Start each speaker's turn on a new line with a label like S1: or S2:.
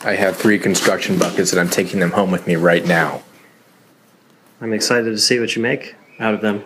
S1: I have three construction buckets and I'm taking them home with me right now.
S2: I'm excited to see what you make out of them.